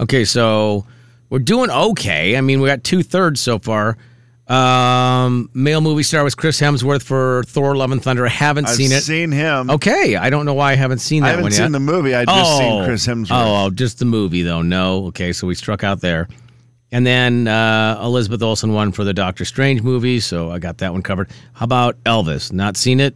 Okay, so we're doing okay. I mean, we got two thirds so far. Um, male movie star was Chris Hemsworth for Thor: Love and Thunder. I haven't I've seen it. him. okay, I don't know why I haven't seen that I haven't one seen yet. the movie. I just seen Chris Hemsworth. Oh, oh, just the movie though. No, okay, so we struck out there. And then uh, Elizabeth Olsen won for the Doctor Strange movie, so I got that one covered. How about Elvis? Not seen it.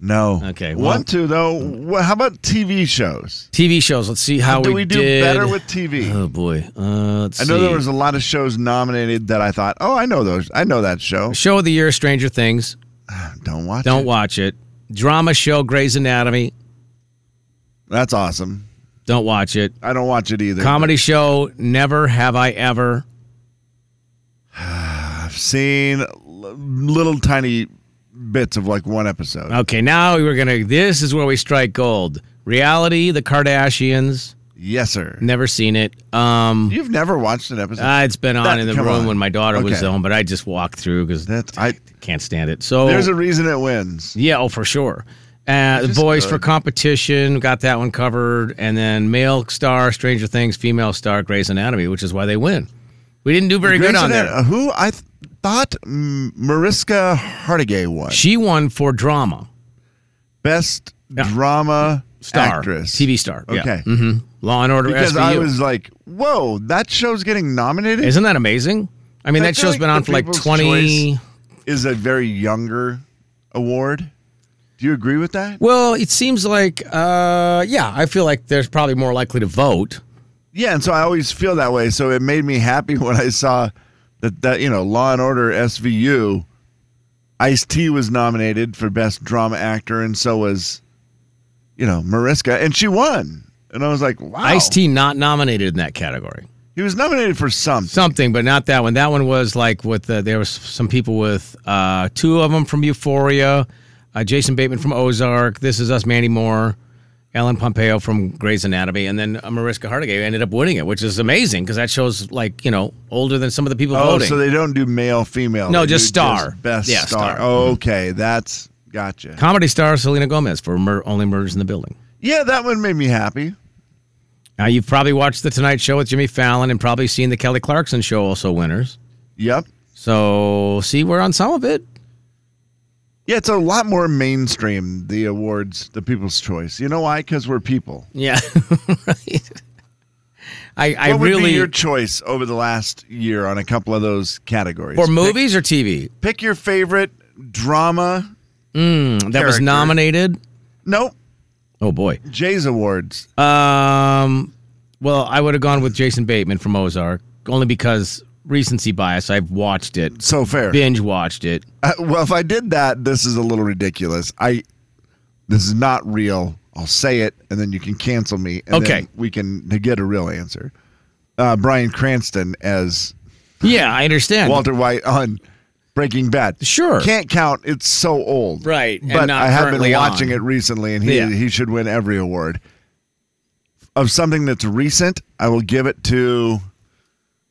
No. Okay, well- Want to though? Wha- How about TV shows? TV shows. Let's see how Do we, we do did. better with TV? Oh boy. Uh, let's I know see. there was a lot of shows nominated that I thought, oh, I know those. I know that show. show of the year, Stranger Things. Don't watch. Don't it. watch it. Drama show, Grey's Anatomy. That's awesome. Don't watch it. I don't watch it either. Comedy show, Never Have I Ever. I've seen l- little tiny bits of like one episode. Okay, now we're gonna. This is where we strike gold. Reality, The Kardashians. yes, sir. Never seen it. Um, You've never watched an episode. uh, it's been on That- in the come room on. when my daughter was Okay. home, but I just walked through because That's I. can't stand it. So There's a reason it wins. Yeah, oh, for sure. Uh, voice for good. competition, got that one covered, and then male star, Stranger Things, female star, Grey's Anatomy, which is why they win. We didn't do very good Grey's on Anat- there. uh, Who I th- thought M- Mariska Hargitay was she won for drama best Yeah. drama star, actress TV star. yeah. Okay. Mhm. Law and Order Because SVU. I was like, whoa, that show's getting nominated Isn't that amazing? I mean, I that feel show's like been on the for like People's twenty. Choice- is a very younger award. Do you agree with that? Well, it seems like, uh, yeah, I feel like there's probably more likely to vote. Yeah, and so I always feel that way. So it made me happy when I saw that that you know Law and Order SVU, Ice T was nominated for best drama actor, and so was, you know, Mariska, and she won. And I was like, wow, Ice T not nominated in that category. He was nominated for something. something, but not that one. That one was like with uh, there was some people with uh, two of them from Euphoria, uh, Jason Bateman from Ozark. This is us, Mandy Moore, Ellen Pompeo from Grey's Anatomy, and then uh, Mariska Hargitay ended up winning it, which is amazing because that shows like you know older than some of the people oh, voting. so they don't do male, female. No, they just do star. best Yeah, star. star. Oh, okay, that's gotcha. Comedy star Selena Gomez for Mur- Only Murders in the Building. Yeah, that one made me happy. Now you've probably watched the Tonight Show with Jimmy Fallon and probably seen the Kelly Clarkson show, also winners. Yep. So see, we're on some of it. Yeah, it's a lot more mainstream, the awards, the people's choice. You know why? Because we're people. Yeah, right. I, I what would really be your choice over the last year on a couple of those categories? For movies or TV? Pick, pick your favorite drama. That was Character. nominated. Nope. Oh boy. Jay's Awards. Um. Well, I would have gone with Jason Bateman from Ozark, only because recency bias. I've watched it, So fair. binge watched it. Uh, well, if I did that, this is a little ridiculous. I this is not real. I'll say it, and then you can cancel me. And Okay. then we can get a real answer. Uh, Brian Cranston as Yeah, I understand. Walter White on Breaking Bad. Sure. can't count. It's so old, Right, and But not I have currently been watching on. it recently, and he Yeah. he should win every award of something that's recent. I will give it to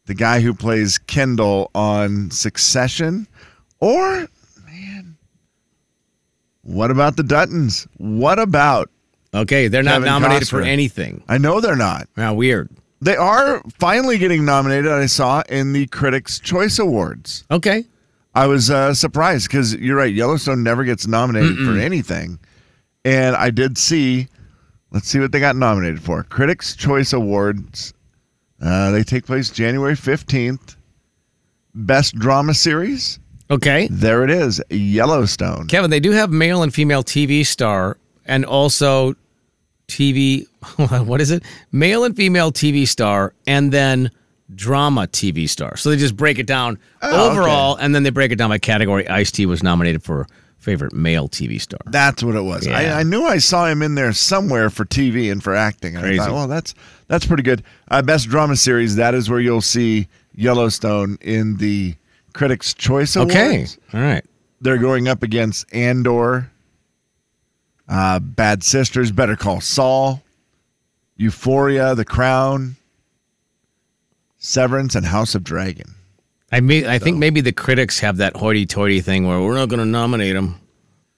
the guy who plays Kendall on Succession, or man, what about the Duttons? What about? okay, they're not Kevin nominated for Costner. anything. I know they're not. Wow, weird. They are finally getting nominated. I saw in the Critics' Choice Awards. Okay. I was uh, surprised because you're right. Yellowstone never gets nominated for anything, and I did see. Let's see what they got nominated for. Critics' Choice Awards. Uh, they take place January fifteenth. Best drama series. Okay. There it is, Yellowstone. Kevin, they do have male and female TV star, and also TV. What is it? Male and female TV star, and then drama TV star. So they just break it down Oh, okay. overall, and then they break it down by category. Ice T was nominated for favorite male TV star. That's what it was. Yeah. I, I knew I saw him in there somewhere for TV and for acting. And Crazy. I thought, well, that's that's pretty good. Uh, best drama series. That is where you'll see Yellowstone in the Critics' Choice Awards. Okay, all right. they're going up against Andor, uh, Bad Sisters, Better Call Saul, Euphoria, The Crown, Severance, and House of Dragon. I mean, I think maybe the critics have that hoity-toity thing where we're not going to nominate him.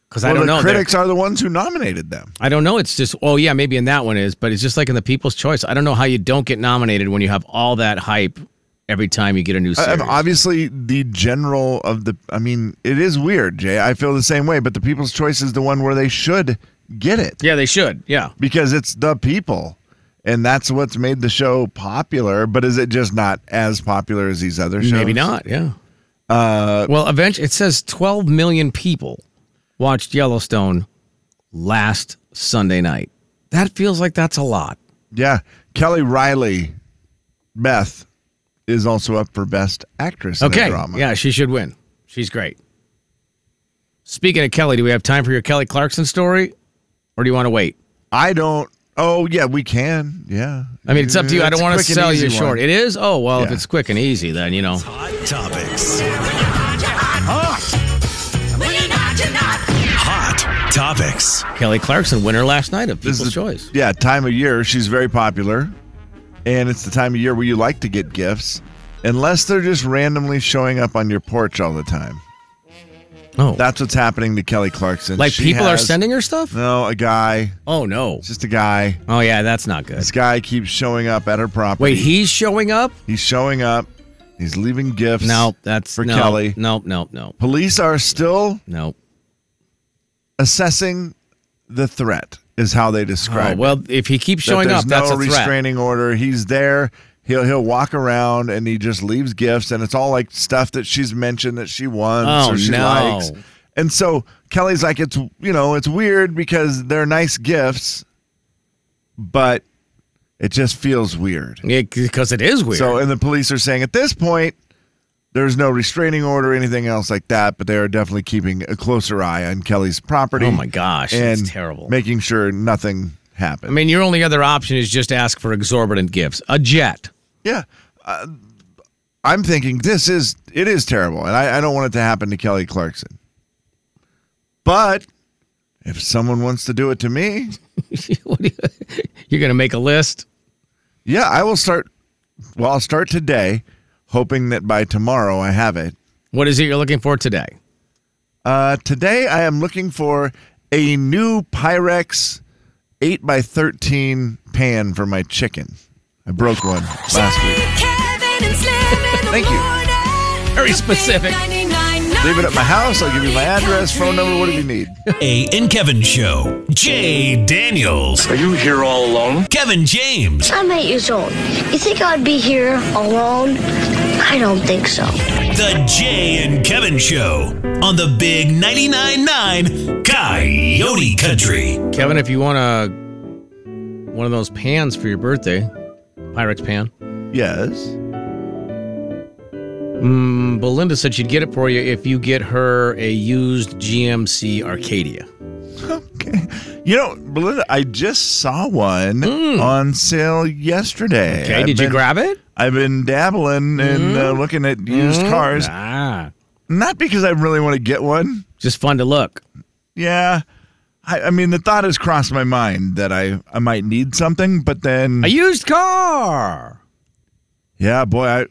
because Well, I don't the know. They're- critics are the ones who nominated them. I don't know. It's just, oh yeah, maybe in that one is, but it's just like in the People's Choice. I don't know how you don't get nominated when you have all that hype every time you get a new I- series. I'm Uh, obviously, the general of the. I mean, it is weird, Jay. I feel the same way, but the People's Choice is the one where they should get it yeah, they should. Yeah, because it's the people, and that's what's made the show popular. But is it just not as popular as these other shows? maybe not. Yeah. Uh, well, eventually, it says 12 million people watched Yellowstone last Sunday night. That feels like that's a lot. Yeah, Kelly Riley, Beth, is also up for Best Actress. in Okay. a drama. Yeah, she should win. She's great. Speaking of Kelly, do we have time for your Kelly Clarkson story, or do you want to wait? I don't. Oh yeah, we can. Yeah. I mean, it's up to you. I don't a want to quick and sell you easy one. short. It is? Oh, well, if Yeah. it's quick and easy, then, you know. Hot topics. Hot topics. Kelly Clarkson, winner last night of People's is the- Choice. Yeah, time of year. She's very popular, and it's the time of year where you like to get gifts, unless they're just randomly showing up on your porch all the time. Oh. That's what's happening to Kelly Clarkson. like She people are has- sending her stuff? No, a guy. Oh, no. Just a guy. Oh, yeah, that's not good. This guy keeps showing up at her property. Wait, he's showing up? he's showing up. He's leaving gifts. No, that's For no, Kelly. No, no, no, Police are still no. assessing the threat. Is how they Oh, describe. it. well, if he keeps that showing there's up, that's no a threat. restraining order. He's there. He'll he'll walk around and he just leaves gifts and it's all like stuff that she's mentioned that she wants Oh, or she no. likes. And so Kelly's like, it's you know, it's weird because they're nice gifts, but it just feels weird. Because it is weird. Oh, So and the police are saying at this point, there's no restraining order or anything else like that, but they are definitely keeping a closer eye on Kelly's property. oh, my gosh. and It's terrible. Making sure nothing happens. I mean, your only other option is just ask for exorbitant gifts. A jet. Yeah. Uh, I'm thinking this is it is terrible, and I, I don't want it to happen to Kelly Clarkson. But if someone wants to do it to me, What do you- You're going to make a list? yeah, I will start. Well, I'll start today, hoping that by tomorrow I have it. What is it you're looking for today? Uh, today I am looking for a new Pyrex eight by thirteen pan for my chicken. I broke one last week. Thank Thank you. Very specific. Leave it at my house. I'll give you my address, phone number. What do you need? A and Kevin show. Jay Daniels. Are you here all alone? Kevin James. I'm eight years old. You think I'd be here alone? I don't think so. The Jay and Kevin show on the Big 99.9 9 Coyote Country. Kevin, if you want a one of those pans for your birthday, Pyrex pan. Yes. Mm, Belinda said she'd get it for you if you get her a used GMC Arcadia. Okay. You know, Belinda, I just saw one on sale yesterday. Mm. Okay, I've did you been- grab Mm. it? I've been dabbling and uh, looking at used cars, Ah, not because I really want to get one. just fun to look. Yeah. I, I mean, the thought has crossed my mind that I, I might need something, but then, A used car. yeah, boy, I,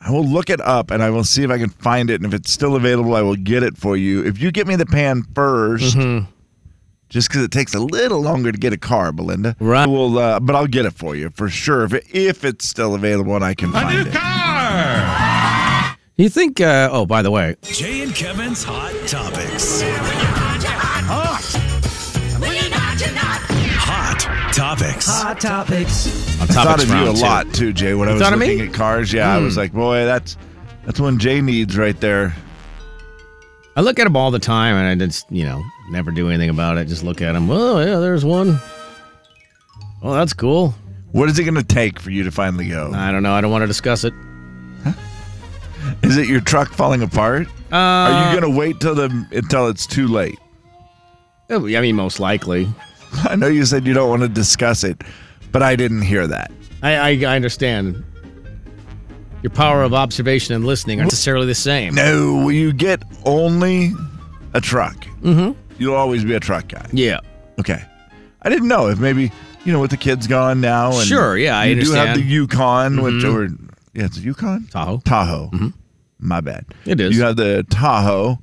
I will look it up and I will see if I can find it. And if it's still available, I will get it for you. If you get me the pan 1st Mm-hmm. just because it takes a little longer to get a car, Belinda. Right. We'll, uh, but I'll get it for you for sure if, if it's still available and I can find it. You think? Uh, oh, by the way, Jay and Kevin's Hot Topics. Hot Topics. on I top thought of of you a lot too, Jay. When I was thought of me? Hmm. looking at cars, yeah, I was like, boy, that's that's one Jay needs right there. I look at them all the time, and I just you know never do anything about it. Just look at them. Oh yeah, there's one. Oh, that's cool. What is it going to take for you to finally go? I don't know. I don't want to discuss it. Is it your truck falling apart? Uh, Are you going to wait till the until it's too late? Oh, I mean, most likely. I know you said you don't want to discuss it, but I didn't hear that. I, I, I understand. Your power of observation and listening aren't necessarily the same. No, will you get only a truck? Mm-hmm. You'll always be a truck guy. Yeah. Okay. I didn't know if maybe you know with the kids gone now. And Sure, yeah, I you do have understand. Mm-hmm. the Yukon, which or yeah, it's a Yukon Tahoe. Mm-hmm. Tahoe. My bad. It is. You have the Tahoe.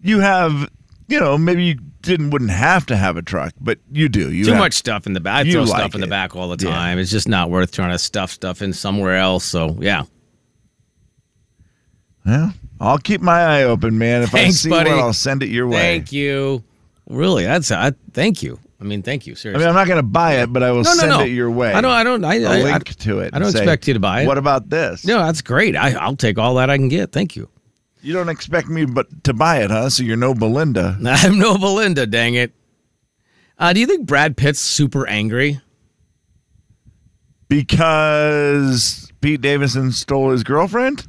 You have you know, maybe you didn't wouldn't have to have a truck, but you do. You Too have- much stuff in the back. I You throw like stuff in the it. back all the Yeah. time. It's just not worth trying to stuff stuff in somewhere else. So yeah, Yeah. I'll keep my eye open, man. If Thanks, I see buddy. one, I'll send it your way. thank you. Really, that's I thank you. I mean, thank you. I Seriously. mean, I'm not going to buy it, but I will no, send no. it your way. I don't. I don't. I, A I- I- link to it. I don't and say, expect you to buy it. What about this? No, that's great. I, I'll take all that I can get. Thank you. You don't expect me, but to buy it, huh? So you're no Belinda. I'm no Belinda. Dang it. Uh, do you think Brad Pitt's super angry? Because Pete Davidson stole his girlfriend?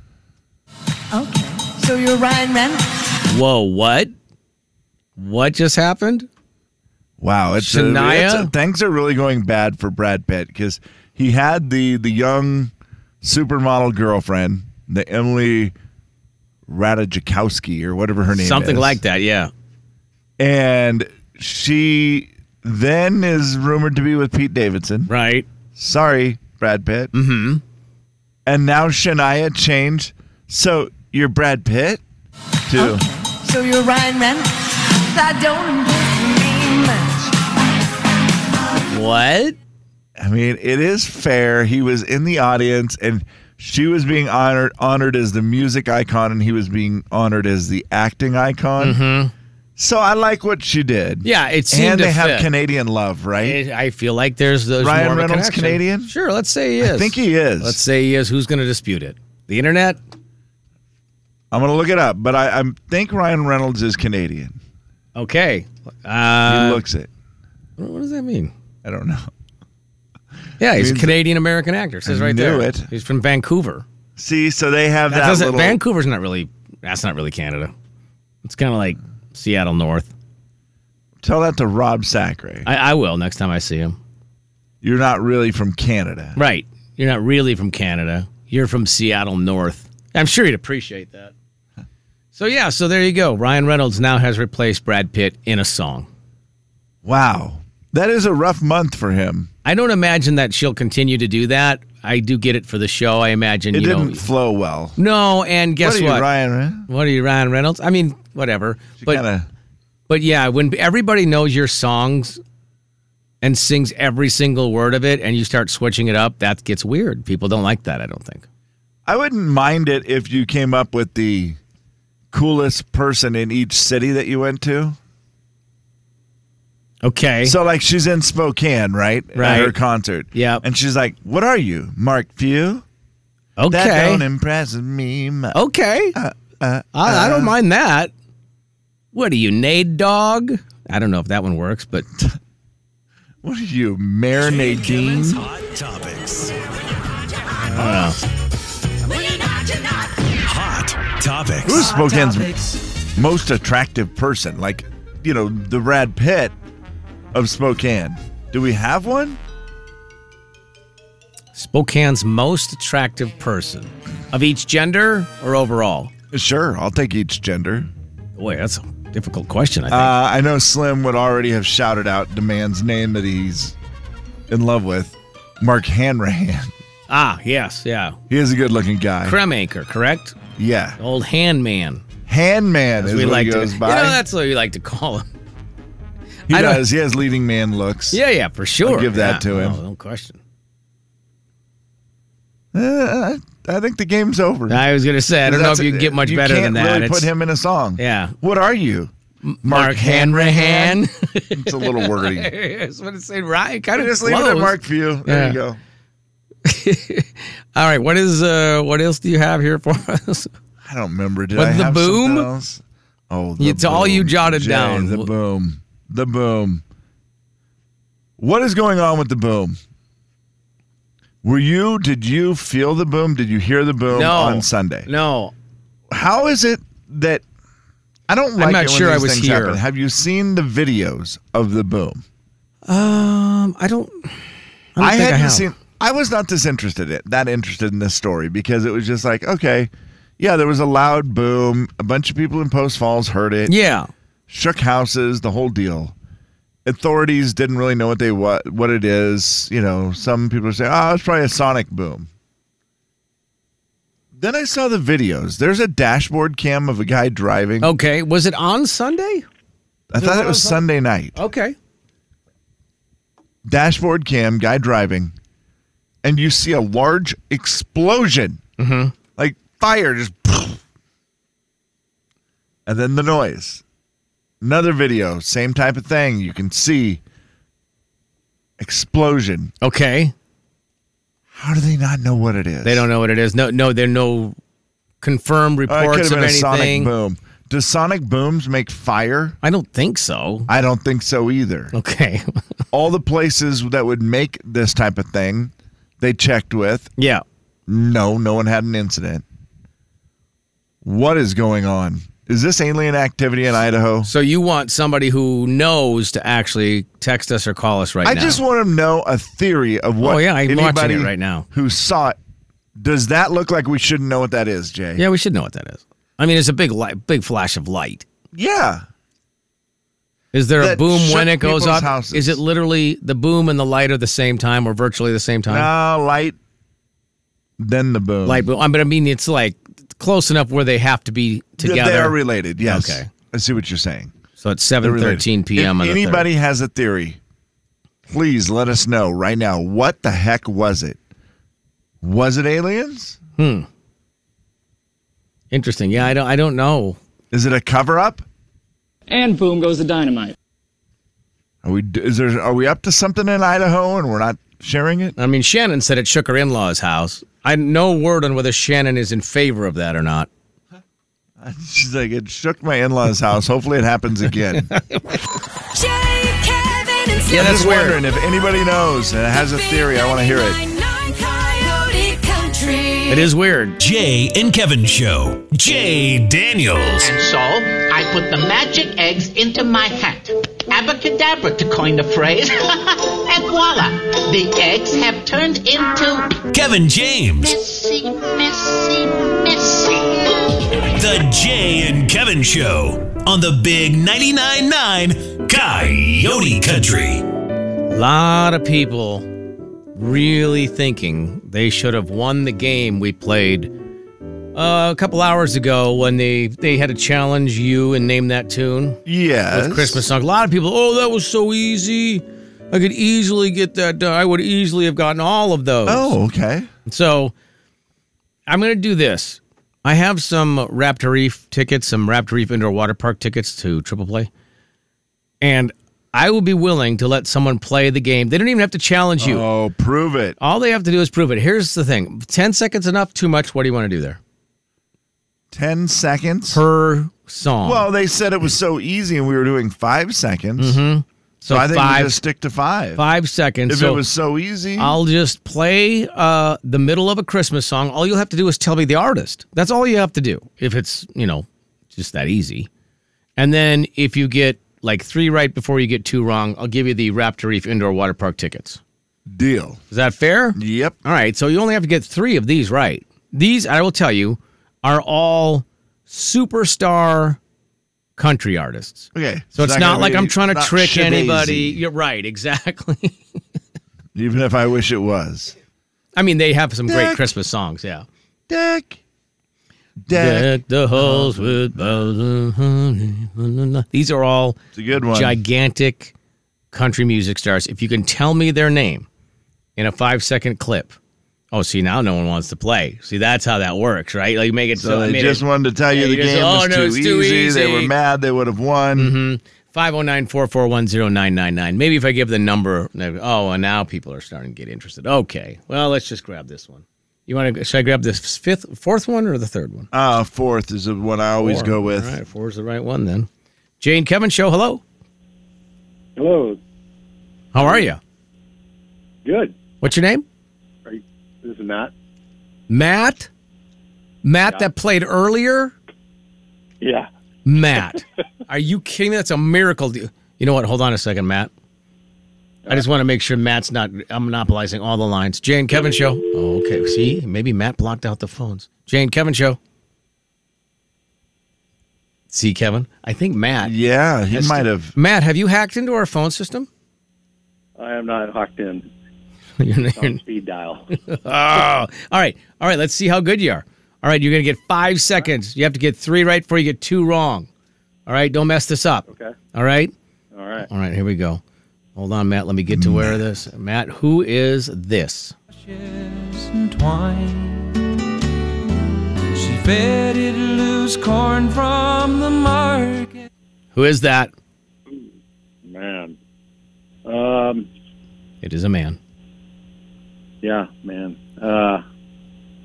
Okay. So you're Ryan Reynolds. Whoa, what? What just happened? Wow, it's a- Shania? it's a- things are really going bad for Brad Pitt because he had the the young supermodel girlfriend, the Emily Ratajkowski or whatever her name Something is. like that, yeah. and she then is rumored to be with Pete Davidson. Right. Sorry, Brad Pitt. Mm-hmm. And now Shania changed. So you're Brad Pitt to So you're Ryan Reynolds. That don't impress me much. What? I mean, it is fair. He was in the audience and she was being honored honored as the music icon and he was being honored as the acting icon. Mm-hmm. So I like what she did. Yeah, it seemed And to they have fit. Canadian love, right? It- I feel like there's those Ryan more of a Reynolds connection. Canadian? Sure, let's say he I is. think he is. Let's say he is. Who's going to dispute it? The internet? I'm gonna look it up, but I, I think Ryan Reynolds is Canadian. Okay. He Uh, looks it. what what does that mean? I don't know. Yeah, he's a means- Canadian American actor. It Says I right knew there. it. He's from Vancouver. See, so they have That that, doesn't. little. Vancouver's not really. That's not really Canada. It's kind of like Seattle North. Tell that to Rob Sacre. I, I will next time I see him. You're not really from Canada. Right. You're not really from Canada. You're from Seattle North. I'm sure he'd appreciate that. So yeah, so there you go. Ryan Reynolds now has replaced Brad Pitt in a song. Wow, that is a rough month for him. I don't imagine that she'll continue to do that. I do get it for the show. I imagine It you didn't know. flow well. No, and guess what? Are what? you, Ryan? Reynolds? What are you, Ryan Reynolds? I mean, whatever. but Kinda- But yeah, when everybody knows your songs and sings every single word of it and you start switching it up, that gets weird. People don't like that, I don't think. I wouldn't mind it if you came up with the coolest person in each city that you went to. Okay. So like she's in Spokane, right? Right. At her concert. Yep. And she's like, "What are you, Mark Few?" That don't okay. impress me much. Okay. Uh, I, I don't mind that. What are you, Nade Dog? I don't know if that one works, but What are you, Mayor Nadine? Kevin's Hot Topics. Hot Topics. Who's Spokane's most attractive person? Like, you know, the Brad Pitt of Spokane. Do we have one? Spokane's most attractive person of each gender or overall? Sure, I'll take each gender. Boy, that's a difficult question, I think. Uh, I know Slim would already have shouted out the man's name that he's in love with, Mark Hanrahan. ah, yes, yeah. He is a good-looking guy. Cremaker, correct? Yeah, Old handman. Handman is we what like he goes to, by. You know, that's what we like to call him. he I don't- does. He has leading man looks. Yeah, yeah, for sure. give that Yeah, Oh, to him. No, no question. Uh, I think the game's over. I was gonna say I don't know if That's- you can get much better can't than that. Really It's put him in a song. Yeah. What are you, Mark Hanrahan. It's a little wordy. That's what it said, right? Kind of Just leave it at close. Mark Few. There Yeah. you go. All right, what is uh what else do you have here for us? I don't remember. Did What, I the have something boom? else? Oh, the It's all you boom. jotted Jay, down. The boom. The boom. What is going on with the boom? Were you? Did you feel the boom? Did you hear the boom no. on Sunday? No. How is it that I don't like not it when sure I these was things here. happen? Have you seen the videos of the boom? Um I don't I, don't I think hadn't have. seen. I was not this interested in that interested in this story because it was just like, okay, yeah, there was a loud boom. A bunch of people in Post Falls heard it, Yeah. shook houses, the whole deal. Authorities didn't really know what they what what it is. You know, some people say, oh, it's probably a sonic boom. Then I Oh. saw the videos. There's a dashboard cam of a guy driving. Okay. Was it on Sunday? I thought one it was on Sun- Sunday night. Okay. Dashboard cam, guy driving, and you see a large explosion, mm-hmm. like fire, just, and then the noise. Another video, same type of thing. You can see explosion. Okay. How do they not know what it is? They don't know what it is. No, no, there are no confirmed Uh, it could reports have been of a sonic anything. boom. Does sonic booms make fire? I don't think so. I don't think so either. Okay. All the places that would make this type of thing, they checked with. yeah. No, no one had an incident. What is going on? Is this alien activity in Idaho? So you want somebody who knows to actually text us or call us right I now? just want to know a theory of what. Oh, yeah, I'm watching anybody it right now. Who saw it? Does that look like we shouldn't know what that is, Jay? Yeah, we should know what that is. I mean, it's a big light, big flash of light. Yeah. Is there a That boom when shook it goes people's up? houses. Is it literally the boom and the light are the same time or virtually the same time? No light. Then the boom. Uh-huh. Light boom. I mean, I mean, it's like close enough where they have to be Th- together. They are related. Yes. Okay. I see what you're saying. so it's They're seven related. thirteen p.m. If on the third. anybody has a theory, please let us know right now. What the heck was it? Was it aliens? Interesting. Yeah, I don't. I don't know. Is it a cover up? And boom goes the dynamite. Are we is there are we up to something in Idaho and we're not sharing it? I mean, Shannon said it shook her in-laws' house. I no word on whether Shannon is in favor of that or not. She's like, it shook my in-laws' house. Hopefully, it happens again. Jay, Kevin, and Yeah, Slim. that's I'm just weird. wondering if anybody knows and has a theory. I want to hear it. 99 Coyote Country. It is weird. Jay and Kevin Show. Jay Daniels. And so I put the magic eggs into my hat. Abacadabra, to coin the phrase. and voila! The eggs have turned into Kevin James. messy, messy, messy. The Jay and Kevin Show on the Big 99.9 9 Coyote Country. A lot of people really thinking they should have won the game we played uh, a couple hours ago when they they had to challenge you and name that tune Yes. with Christmas song. A lot of people, oh, that was so easy. I could easily get that done. I would easily have gotten all of those. Oh, okay. So I'm going to do this. I have some Raptor Reef tickets, some Raptor Reef Indoor Water Park tickets to Triple Play. And I will be willing to let someone play the game. They don't even have to challenge you. Oh, prove it. All they have to do is prove it. Here's the thing 10 seconds enough, too much. What do you want to do there? Ten seconds. Per song. well, they said it was so easy, and we were doing five seconds. so So I think Mm-hmm. five, we just stick to five. five seconds. If so it was so easy, I'll just play uh, the middle of a Christmas song. All you'll have to do is tell me the artist. That's all you have to do if it's, you know, just that easy. And then if you get like three right before you get two wrong, I'll give you the Raptor Reef Indoor Water Park tickets. deal. Is that fair? Yep. All right. So you only have to get three of these right. These, I will tell you, are all superstar country artists. Okay. So it's, not gonna like be- I'm trying to not trick shibazy, anybody. You're right. Exactly. Even if I wish it was. I mean, they have some great Dick. Christmas songs. Yeah. Deck. Deck. Deck the halls with boughs of honey. These are all It's a good one. gigantic country music stars. If you can tell me their name in a five second clip, oh, see now no one wants to play. See that's how that works, right? Like make it so, So I they made just it wanted to tell you Yeah, the you just- game oh, was no, too, it's easy. too They were easy. Mm-hmm. mad. They would have won. 509-441-0999. Maybe if I give the number, oh, and now people are starting to get interested. Okay, well let's just grab this one. You want to? Should I grab this fifth, fourth one, or the third one? Uh, fourth is the one I always Four. go with. All right, four is the right one then. Jane Kevin show. Hello, Hello. how are you? Good. What's your name? Are you, this is Matt. Matt? Matt that played earlier? Yeah. Matt. Are you kidding me? That's a miracle. Do- You know what? Hold on a second, Matt. I just want to make sure Matt's not I'm monopolizing all the lines. Jane Kevin show. Oh, okay. See, maybe Matt blocked out the phones. Jane Kevin show. See, Kevin? I think Matt. Yeah, he might have. Matt, have you hacked into our phone system? I am not hocked in You're- you're- speed dial. Oh, all right. All right. Let's see how good you are. All right. You're going to get five seconds. You have to get three right before you get two wrong. All right, don't mess this up. Okay. All right. All right. All right, here we go. Hold on, Matt. Let me get to where this. Matt, who is this? Who is that? Man. Um, It is a man. yeah, man. Uh,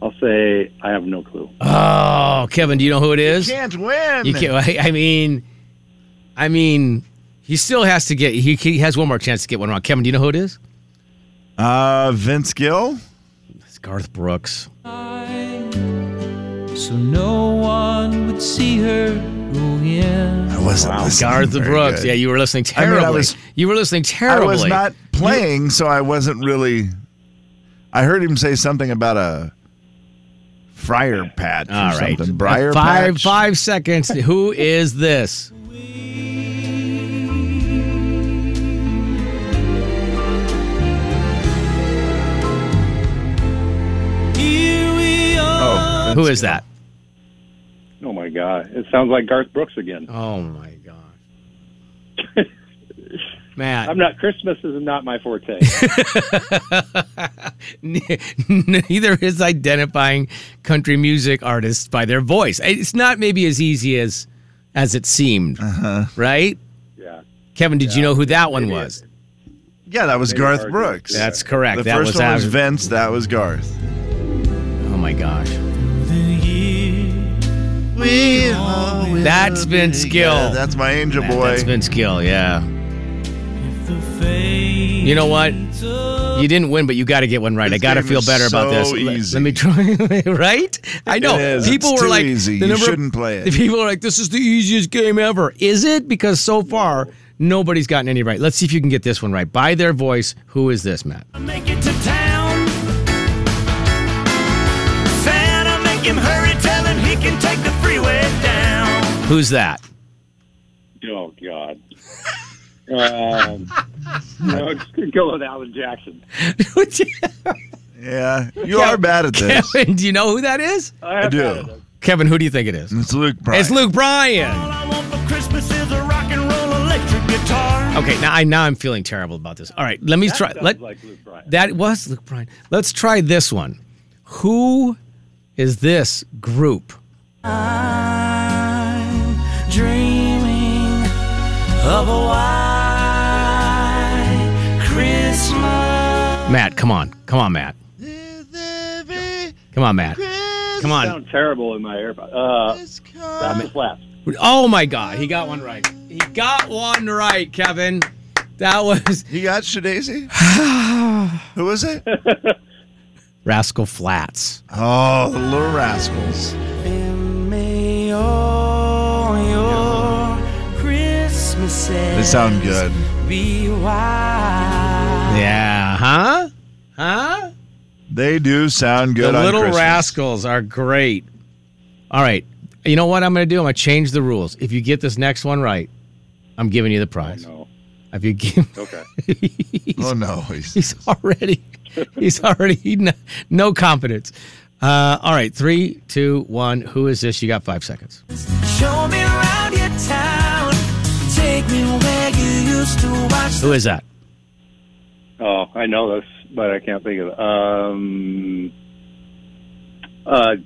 I'll say I have no clue. Oh, Kevin, do you know who it is? Can't win. You can't. I, I mean, I mean, he still has to get. He, he has one more chance to get one wrong. Kevin, do you know who it is? Uh, Vince Gill. It's Garth Brooks. oh I wasn't listening Garth very Brooks. good. Yeah, you were listening I mean, I terribly. was- you were listening I terribly. was not playing, so I wasn't really. I heard him say something about a friar patch or All right. something. Briar five patch. five seconds. Who is this? Oh, Vince Who is Gill. that? Oh my God! It sounds like Garth Brooks again. Oh my gosh. Matt. I'm not. Christmas is not my forte. neither is identifying country music artists by their voice. It's not maybe as easy as as it seemed, Uh-huh. right? yeah. Kevin, did you know who that one was? Yeah, that was Maybe Garth Garth Brooks. Brooks, yeah. That's correct. The that first was, one was out- Vince. That was Garth. Oh my gosh. Oh. That's Vince Gill. Yeah, that's my angel That- boy. That's Vince Gill, yeah. You know what? You didn't win, but you got to get one right. This I got to game feel is better about so this. Let- easy. Let me try. right? I know. It is. People It's were too like, easy. the You number of- shouldn't play it. the people were like, this is the easiest game ever. Is it? Because so far, nobody's gotten any right. Let's see if you can get this one right. By their voice, who is this, Matt? Make it to town. Santa, make him hurry. Tell him he can take the freeway down. Who's that? Oh God. um, no, just go with Alan Jackson. yeah, you are bad at this. Kevin, do you know who that is? I, I have had do. it. Kevin, who do you think it is? It's Luke Bryan. It's Luke Bryan. All I want for Christmas is a rock and roll electric guitar. Okay, now I now I'm feeling terrible about this. All right, let me try. Sounds Let, like Luke Bryan. That was Luke Bryan. Let's try this one. Who is this group? Matt, come on. Come on, Matt. Come on, Matt. Come on. sound terrible in my earbud. Uh, Flaps and Flaps. Oh my god, he got one right. He got one right, Kevin. That was He got Shadazy? Who was it? Rascal Flats. Oh, the Little Rascals. They sound good. Yeah, huh? Huh? They do sound good. the on little Christmas. rascals are great. All right. You know what I'm going to do? I'm going to change the rules. If you get this next one right, I'm giving you the prize. No. If you give, Okay. Oh no, he's he's already, he's already no, no confidence. Uh, all right, three, two, one. Who is this? You got five seconds. Show me around your town. Take me where you used to watch Who is that? Oh, I know this, but I can't think of it. Um, uh,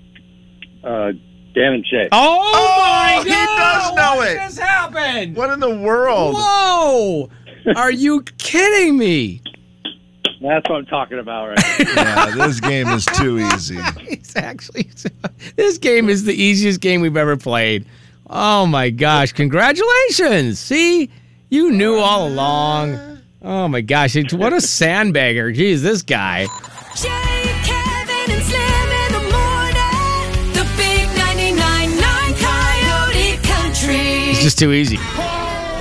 uh, Dan and Shay. Oh, Oh, my he God! does know What it. just happened? What in the world? Whoa! Are you kidding me? That's what I'm talking about right now. Yeah, this game is too easy. It's actually this game is the easiest game we've ever played. Oh my gosh! Congratulations! See, you knew all along. Oh my gosh! It's- What a sandbagger! Geez, this guy. Jay, Kevin, and Slim in the morning. The big 99.9 Coyote Country. It's just too easy.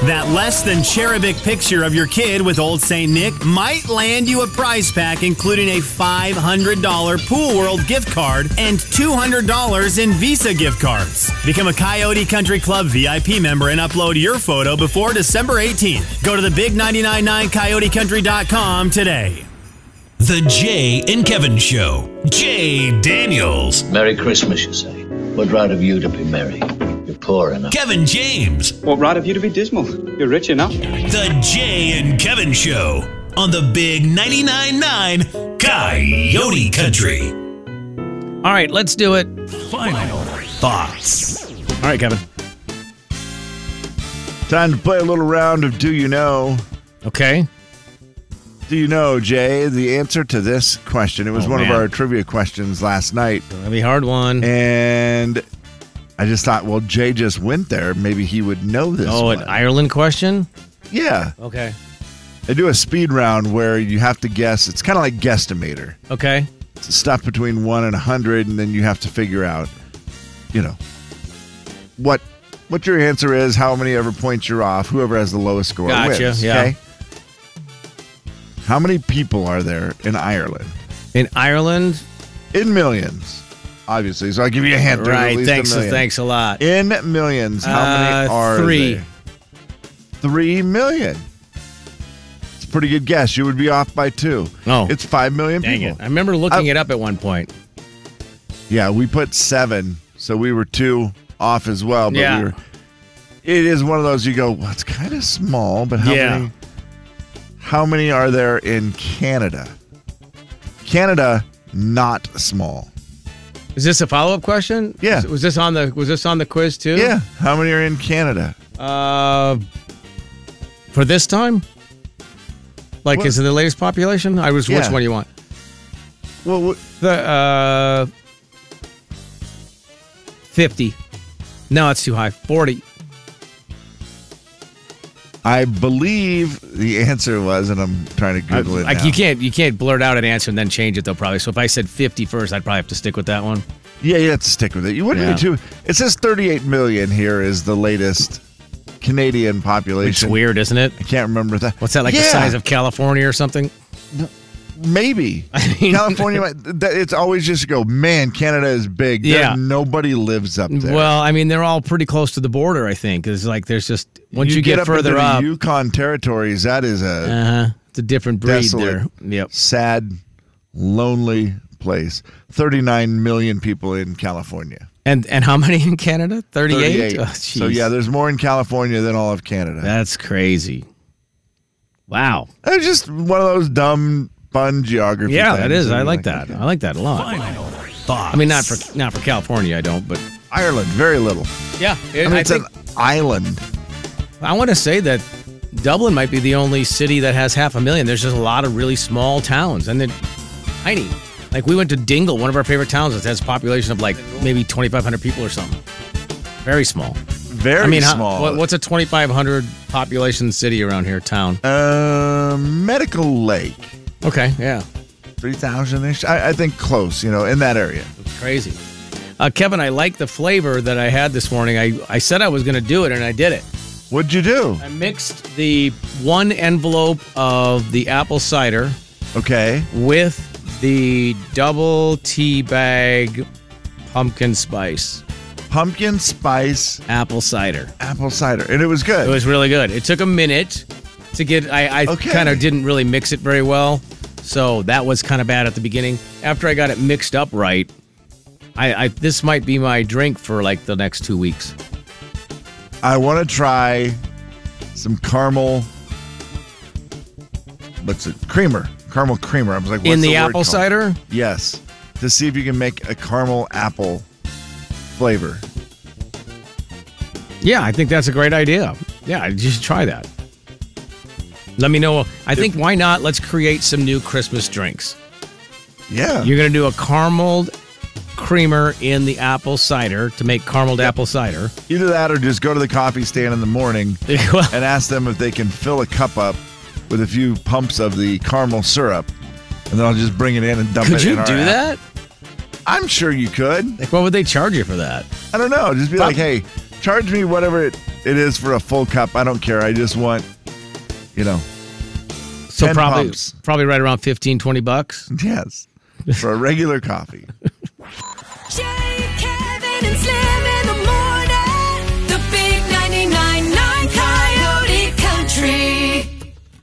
That less than cherubic picture of your kid with Old St. Nick might land you a prize pack, including a $500 Pool World gift card and $200 in Visa gift cards. Become a Coyote Country Club VIP member and upload your photo before December 18th. Go to the big999coyotecountry.com today. The Jay and Kevin Show. Jay Daniels. Merry Christmas, you say. We're proud of you to be merry. You're poor enough. Kevin James. What right have you to be dismal? You're rich enough. The Jay and Kevin Show on the Big 99.9 Coyote Country. All right, let's do it. Final thoughts. All right, Kevin. Time to play a little round of Do You Know? Okay. Do you know, Jay, the answer to this question? It was Oh, one of man. our trivia questions last night. That'd be a hard one. And I just thought, well, Jay just went there. Maybe he would know this. Oh, Oh, an Ireland question? yeah. Okay. They do a speed round where you have to guess. It's kind of like guesstimator. Okay. It's stuff between one and a hundred, and then you have to figure out, you know, what what your answer is, how many ever points you're off. Whoever has the lowest score Gotcha, wins. yeah. Okay. How many people are there in Ireland? In Ireland? In millions, obviously. So I'll give you a hint. There's at Right. least a Thanks. million. Thanks a lot. In millions, how many Uh, are three. there? Three million. It's a pretty good guess. You would be off by two. Oh. It's five million Dang people. it. I remember looking it up at one point. Yeah, we put seven, so we were two off as well. But Yeah. we were, it is one of those you go, well, it's kind of small, but how Yeah. many? How many are there in Canada? Canada, not small. Is this a follow up question? Yeah. Was, was this on the was this on the quiz too? Yeah, how many are in Canada? Uh, for this time? Like What? is it the latest population? I was Yeah. which one you want? Well, what, The uh 50. No, it's too high. 40. I believe the answer was, and I'm trying to Google it. Like now. you can't you can't blurt out an answer and then change it though probably. So if I said 50 first, I'd probably have to stick with that one. Yeah, you have to stick with it. You wouldn't be Yeah. too. It says 38 million here is the latest Canadian population. It's weird, isn't it? I can't remember that. What's that like the Yeah. size of California or something? Maybe I mean- California. might- that- it's always just go. Man, Canada is big. There- Yeah. nobody lives up there. Well, I mean, they're all pretty close to the border. I think it's like there's just once you, get, up further into up, the Yukon territories, that is a uh-huh, it's a different breed Desolate. there. Yep. sad, lonely place. 39 million people in California. And and how many in Canada? Thirty-eight. Oh, so yeah, there's more in California than all of Canada. that's crazy. Wow. It's just one of those dumb, fun geography. Yeah, that things. is. I mean, like that. I like that a lot. Final thoughts. I mean, not for not for California, I don't. But Ireland, very little. yeah, I it, mean, I it's think an island. I want to say that Dublin might be the only city that has half a million. There's just a lot of really small towns, and they're tiny. Like we went to Dingle, one of our favorite towns, that has a population of like maybe 2,500 people or something. Very small. Very I mean, how- small. what- what's a 2,500 population city around here? Town. Uh, Medical Lake, Okay, yeah, three thousand ish. I, I think close. You know, in that area. crazy. Uh, Kevin, I like the flavor that I had this morning. I, I said I was going to do it, and I did it. What'd you do? I mixed the one envelope of the apple cider Okay, with the double tea bag pumpkin spice pumpkin spice apple cider. apple cider, and it was good. It was really good. It took a minute to get. I, I Okay. kind of didn't really mix it very well, so that was kind of bad at the beginning. After I got it mixed up right, I, I this might be my drink for like the next two weeks. I want to try some caramel. What's it? Creamer, caramel creamer. I was like, what's In the, word apple called? cider, Yes, to see if you can make a caramel apple flavor. yeah, I think that's a great idea. Yeah, I just try that. Let me know. I think why not? Let's create some new Christmas drinks. Yeah, You're gonna do a caramel creamer in the apple cider to make caramel apple cider. either that or just go to the coffee stand in the morning Well, and ask them if they can fill a cup up with a few pumps of the caramel syrup, and then I'll just bring it in and dump Could it. you in do our app. that? I'm sure you could. Like, what would they charge you for that? I don't know. Just be Well- like, hey, charge me whatever it, it is for a full cup. I don't care. I just want, you know, So 10 probably pumps. probably right around 15, 20 bucks. yes, for a regular coffee.